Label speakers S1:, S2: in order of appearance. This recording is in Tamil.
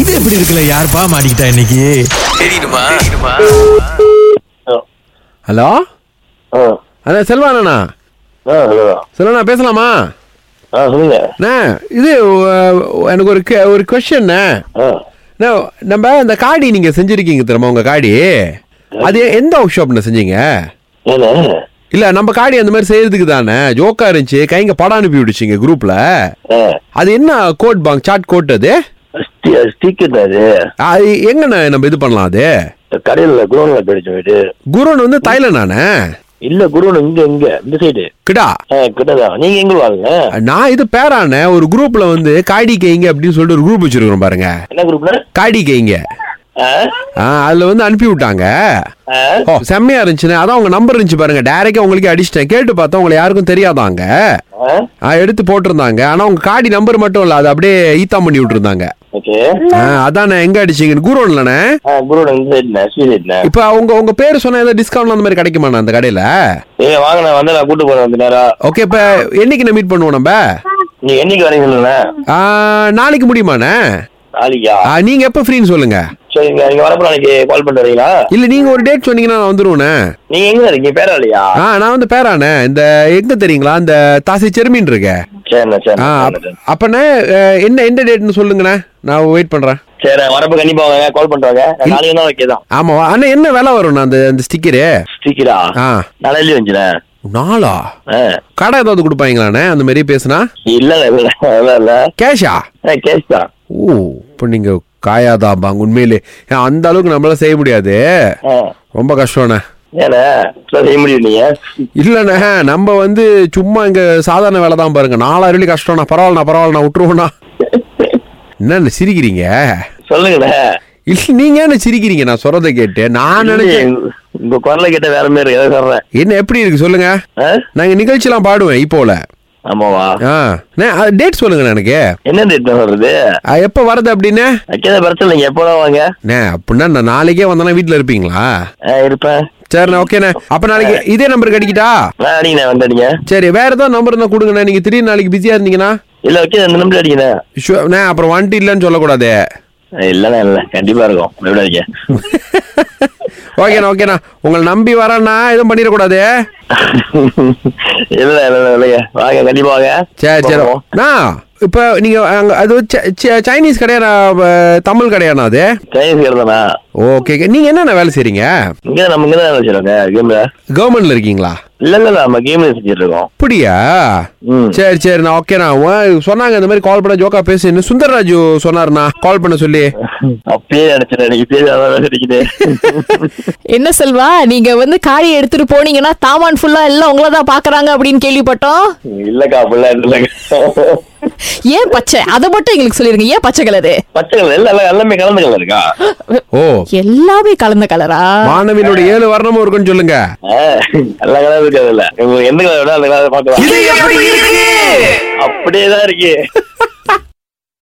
S1: இது எப்படி இருக்குல்ல யாருப்பா மாட்டிக்கிட்டா இன்னைக்கு
S2: தெரியுமா
S3: ஹலோ
S4: ஆ
S3: அண்ணா செல்வா அண்ணா
S4: ஆ ஹலோ
S3: செல்வா பேசலாமா
S4: ஆ சொல்லுங்க
S3: அண்ணா இது ஒ- ஒ- எனக்கு ஒரு que- ஒரு கொஷன்
S4: ஆ
S3: நம்ம இந்த காடி நீங்க செஞ்சிருக்கீங்க தெரியுமா உங்க காடி அது எந்த ஒர்க் ஷாப்ல செஞ்சீங்க
S4: ஏண்ணே
S3: இல்ல நம்ம காடி அந்த மாதிரி செய்யறதுக்கு தானே ஜோக்கா இருந்துச்சு கைங்க படம் அனுப்பி விடுச்சிங்க குரூப்ல
S4: ஆ
S3: அது என்ன கோட் பாங் சாட் கோட் அது
S4: ஸ்டிக்கர் அது
S3: அது எங்கண்ணா நம்ம இது பண்ணலாம் அது
S4: கடையில் குரோனில் போயிடுச்சு வீடு
S3: குருன் வந்து தைலண்ட் நானே
S4: இல்லை குரோன் இங்கே இங்கே இந்த சைடு
S3: கிடா
S4: ஆ கிட்டதான் நீங்கள் எங்கே வாங்க
S3: நான் இது பேரான ஒரு குரூப்ல வந்து காடி கைங்க அப்படின்னு சொல்லிட்டு ஒரு குரூப் வச்சிருக்கிறோம் பாருங்க
S4: என்ன குரூப்னா
S3: காடி கைங்க
S4: ஆ
S3: ஆ, அதுல வந்து அனுப்பி விட்டாங்க
S4: ஆ
S3: ஓ செம்மையா இருந்துச்சுண்ணே அதான் உங்க நம்பர் இருந்துச்சு பாருங்க டைரக்டா உங்களுக்கு அடிச்சிட்டேன் கேட்டு பார்த்தா உங்களை யாருக்கும் தெரியாதாங்க
S4: ஆ
S3: ஆ, எடுத்து போட்டிருந்தாங்க ஆனா உங்க காடி நம்பர் மட்டும் இல்ல அது அப்படியே ஈத்தாம் பண்ணி விட்டுருந்தாங்க
S4: ஓகே
S3: ஆ, அதானே எங்க அடிச்சீங்கன்னு கூறோம்லண்ணே
S4: ஆ குரோன் இந்த சைடுண்ணே ஸ்ரீ சைடுண்ணே
S3: இப்ப உங்க உங்க பேர் சொன்னா ஏதாவது டிஸ்கவுண்ட் அந்த மாதிரி கிடைக்குமாண்ணா அந்த கடையில
S4: ஏ வாங்க நான் வந்து நான் கூட்டு போறேன் அந்த நேரம்
S3: ஓகே இப்ப என்னைக்கு மீட் பண்ணுவோம் நம்ம
S4: நீங்க என்னைக்கு வரீங்க சொல்லுண்ணே
S3: ஆ, நாளைக்கு முடியுமாண்ணே
S4: நாளைக்கா
S3: ஆ, நீங்க எப்ப ஃப்ரீன்னு சொல்லுங்க
S4: சரிங்க நீங்க வரப்போ நாளைக்கு கால் பண்ணிட்டு வரீங்களா
S3: இல்ல நீங்க ஒரு டேட் சொன்னீங்கன்னா நான் வந்துருவேண்ணே
S4: நீங்க எங்க இருக்கீங்க பேராளியா
S3: ஆ நான் வந்து பேராண்ணே இந்த எங்க தெரியுங்களா இந்த தாசி செருமின் இருக்கே
S4: சரிண்ணே
S3: ஆ
S4: சரிண்ணே
S3: அப்- அப்பண்ணே அஹ், என்ன எந்த டேட்னு சொல்லுங்கண்ணே நான் வெயிட் பண்றேன்
S4: சரி வரப்போ கண்டிப்பா வாங்க கால் பண்ணிட்டு வாங்க நாளைக்கு தான் ஓகே தான்
S3: ஆமா அண்ணா என்ன விலை வரும்ண்ணா அந்த அந்த ஸ்டிக்கரு
S4: ஸ்டிக்கரா
S3: ஆ
S4: நாளையிலே வந்துச்சுண்ணே
S3: நாளா
S4: ஆ
S3: கடை ஏதாவது கொடுப்பாங்களாண்ணே அந்த மாதிரி பேசுனா
S4: இல்ல இல்ல இல்ல இல்ல
S3: கேஷா
S4: ஏய், கேஸ் தான்
S3: ஓ இப்போ நீங்க காயாதான் பாங்க உண்மையிலே ஏன் அந்த அளவுக்கு நம்மளால செய்ய முடியாது
S4: ஆ.
S3: ரொம்ப கஷ்டம்ண்ணே
S4: ஏண்ணே இப்படி செய்ய முடியும் நீங்க
S3: இல்லண்ணே நம்ம வந்து சும்மா இங்க சாதாரண வேலை தான் பாருங்க நாலாயிரம் வெள்ளி கஷ்டம்ண்ணா பரவாயில்லண்ணா பரவாயில்லண்ணா விட்டுருவோண்ணா என்னண்ணே சிரிக்கிறீங்க
S4: சொல்லுங்கண்ணே
S3: இல்ல நீங்க என்ன சிரிக்கிறீங்க நான் சொல்றதை கேட்டு நான் நினைச்சேன்
S4: இல்லையே, உங்க குரலை கேட்ட வேற மாதிரி இருக்கு அதான் சொல்றேன்
S3: என்ன எப்படி இருக்கு சொல்லுங்க
S4: ஆ?
S3: நாங்க நிகழ்ச்சிலாம் பாடுவேன் இப்போல
S4: ஆமாவா
S3: ஆ டேட் சொல்லுங்க எனக்கு
S4: என்ன ரேட் வருது
S3: ஆ, எப்ப வரது அப்படின்னு
S4: அக்கேதான் பிரச்சனை இல்லைங்க எப்போ வாங்க
S3: அண்ணே, அப்படின்னா நான் நாளைக்கே வந்தேன்னா வீட்டுல இருப்பீங்களா
S4: ஆ, இருப்பேன்
S3: சரிண்ணே ஓகேண்ணே அப்ப நாளைக்கு இதே நம்பருக்கு அடிக்கிட்டா
S4: நான் அடிங்கண்ணே வந்து அடிங்க
S3: சரி வேற ஏதாவது நம்பர் இருந்தா கொடுங்கண்ணே நீங்க திடீர்னு நாளைக்கு பிஸியா இருந்தீங்கன்னா
S4: இல்ல ஓகே அந்த நம்பர் அடிங்கண்ணே
S3: Sure, அண்ணே, அப்புறம் வந்துட்டு இல்லைன்னு சொல்லக்கூடாது
S4: இல்லண்ணே இல்ல கண்டிப்பா இருக்கும் விடாதீங்க
S3: ஓகேண்ணா ஓகேண்ணா உங்களை நம்பி வரேன்னா எதுவும் பண்ணிடக்கூடாது
S4: இல்ல இல்ல இல்ல, இல்லைங்க வாங்க கண்டிப்பா வாங்க
S3: சரி சரி அண்ணா இப்போ நீங்க அங்க அது சை- சை- சைனீஸ் கடையா தமிழ் கடையாண்ணா அது
S4: சைனீஸ் கடை
S3: ஓகே நீங்க என்னென்ன வேலை செய்றீங்க
S4: இங்க நம்ம இங்க தான் வச்சிருக்கோங்க கேம்ல
S3: கவர்மெண்ட்ல இருக்கீங்களா
S4: இல்ல இல்ல நம்ம கேம்ல செஞ்சுட்டு இருக்கோம்
S3: அப்படியா
S4: ம்.
S3: சரி சரிண்ணா ஓகேண்ணா உன் சொன்னாங்க இந்த மாதிரி கால் பண்ண ஜோக்கா பேசுன்னு சுந்தர்ராஜு சொன்னாருண்ணா கால் பண்ண சொல்லி
S4: அப்படியே நினைச்சிட்டேன் எனக்கு பேர் அதான் கிடைக்குது
S5: என்ன செல்வா நீங்க வந்து காடி எடுத்துட்டு போனீங்கன்னா தாமான் ஃபுல்லா எல்லாம் உங்களை தான் பாக்குறாங்க அப்படின்னு கேள்விப்பட்டோம்
S4: இல்லக்கா அப்படிலாம் இல்லைங்க
S5: ஏன் பச்சை அதை மட்டும் எங்களுக்கு சொல்லிருங்க ஏன் பச்சை கலரு
S4: பச்சை கலர் இல்ல இல்ல, எல்லாமே கலந்த கலர் இருக்கா
S3: ஓ
S5: எல்லாமே கலந்த கலரா
S3: மாணவியோட ஏழு வர்ணமும் இருக்குன்னு சொல்லுங்க
S4: ஆ, எல்லா கலரும் இருக்காது இல்ல உங்களுக்கு எந்த கலர் வேணா அந்த கலர் பாக்கலாம்
S3: இது எப்படி இருக்கு
S4: அப்படியேதான் இருக்கு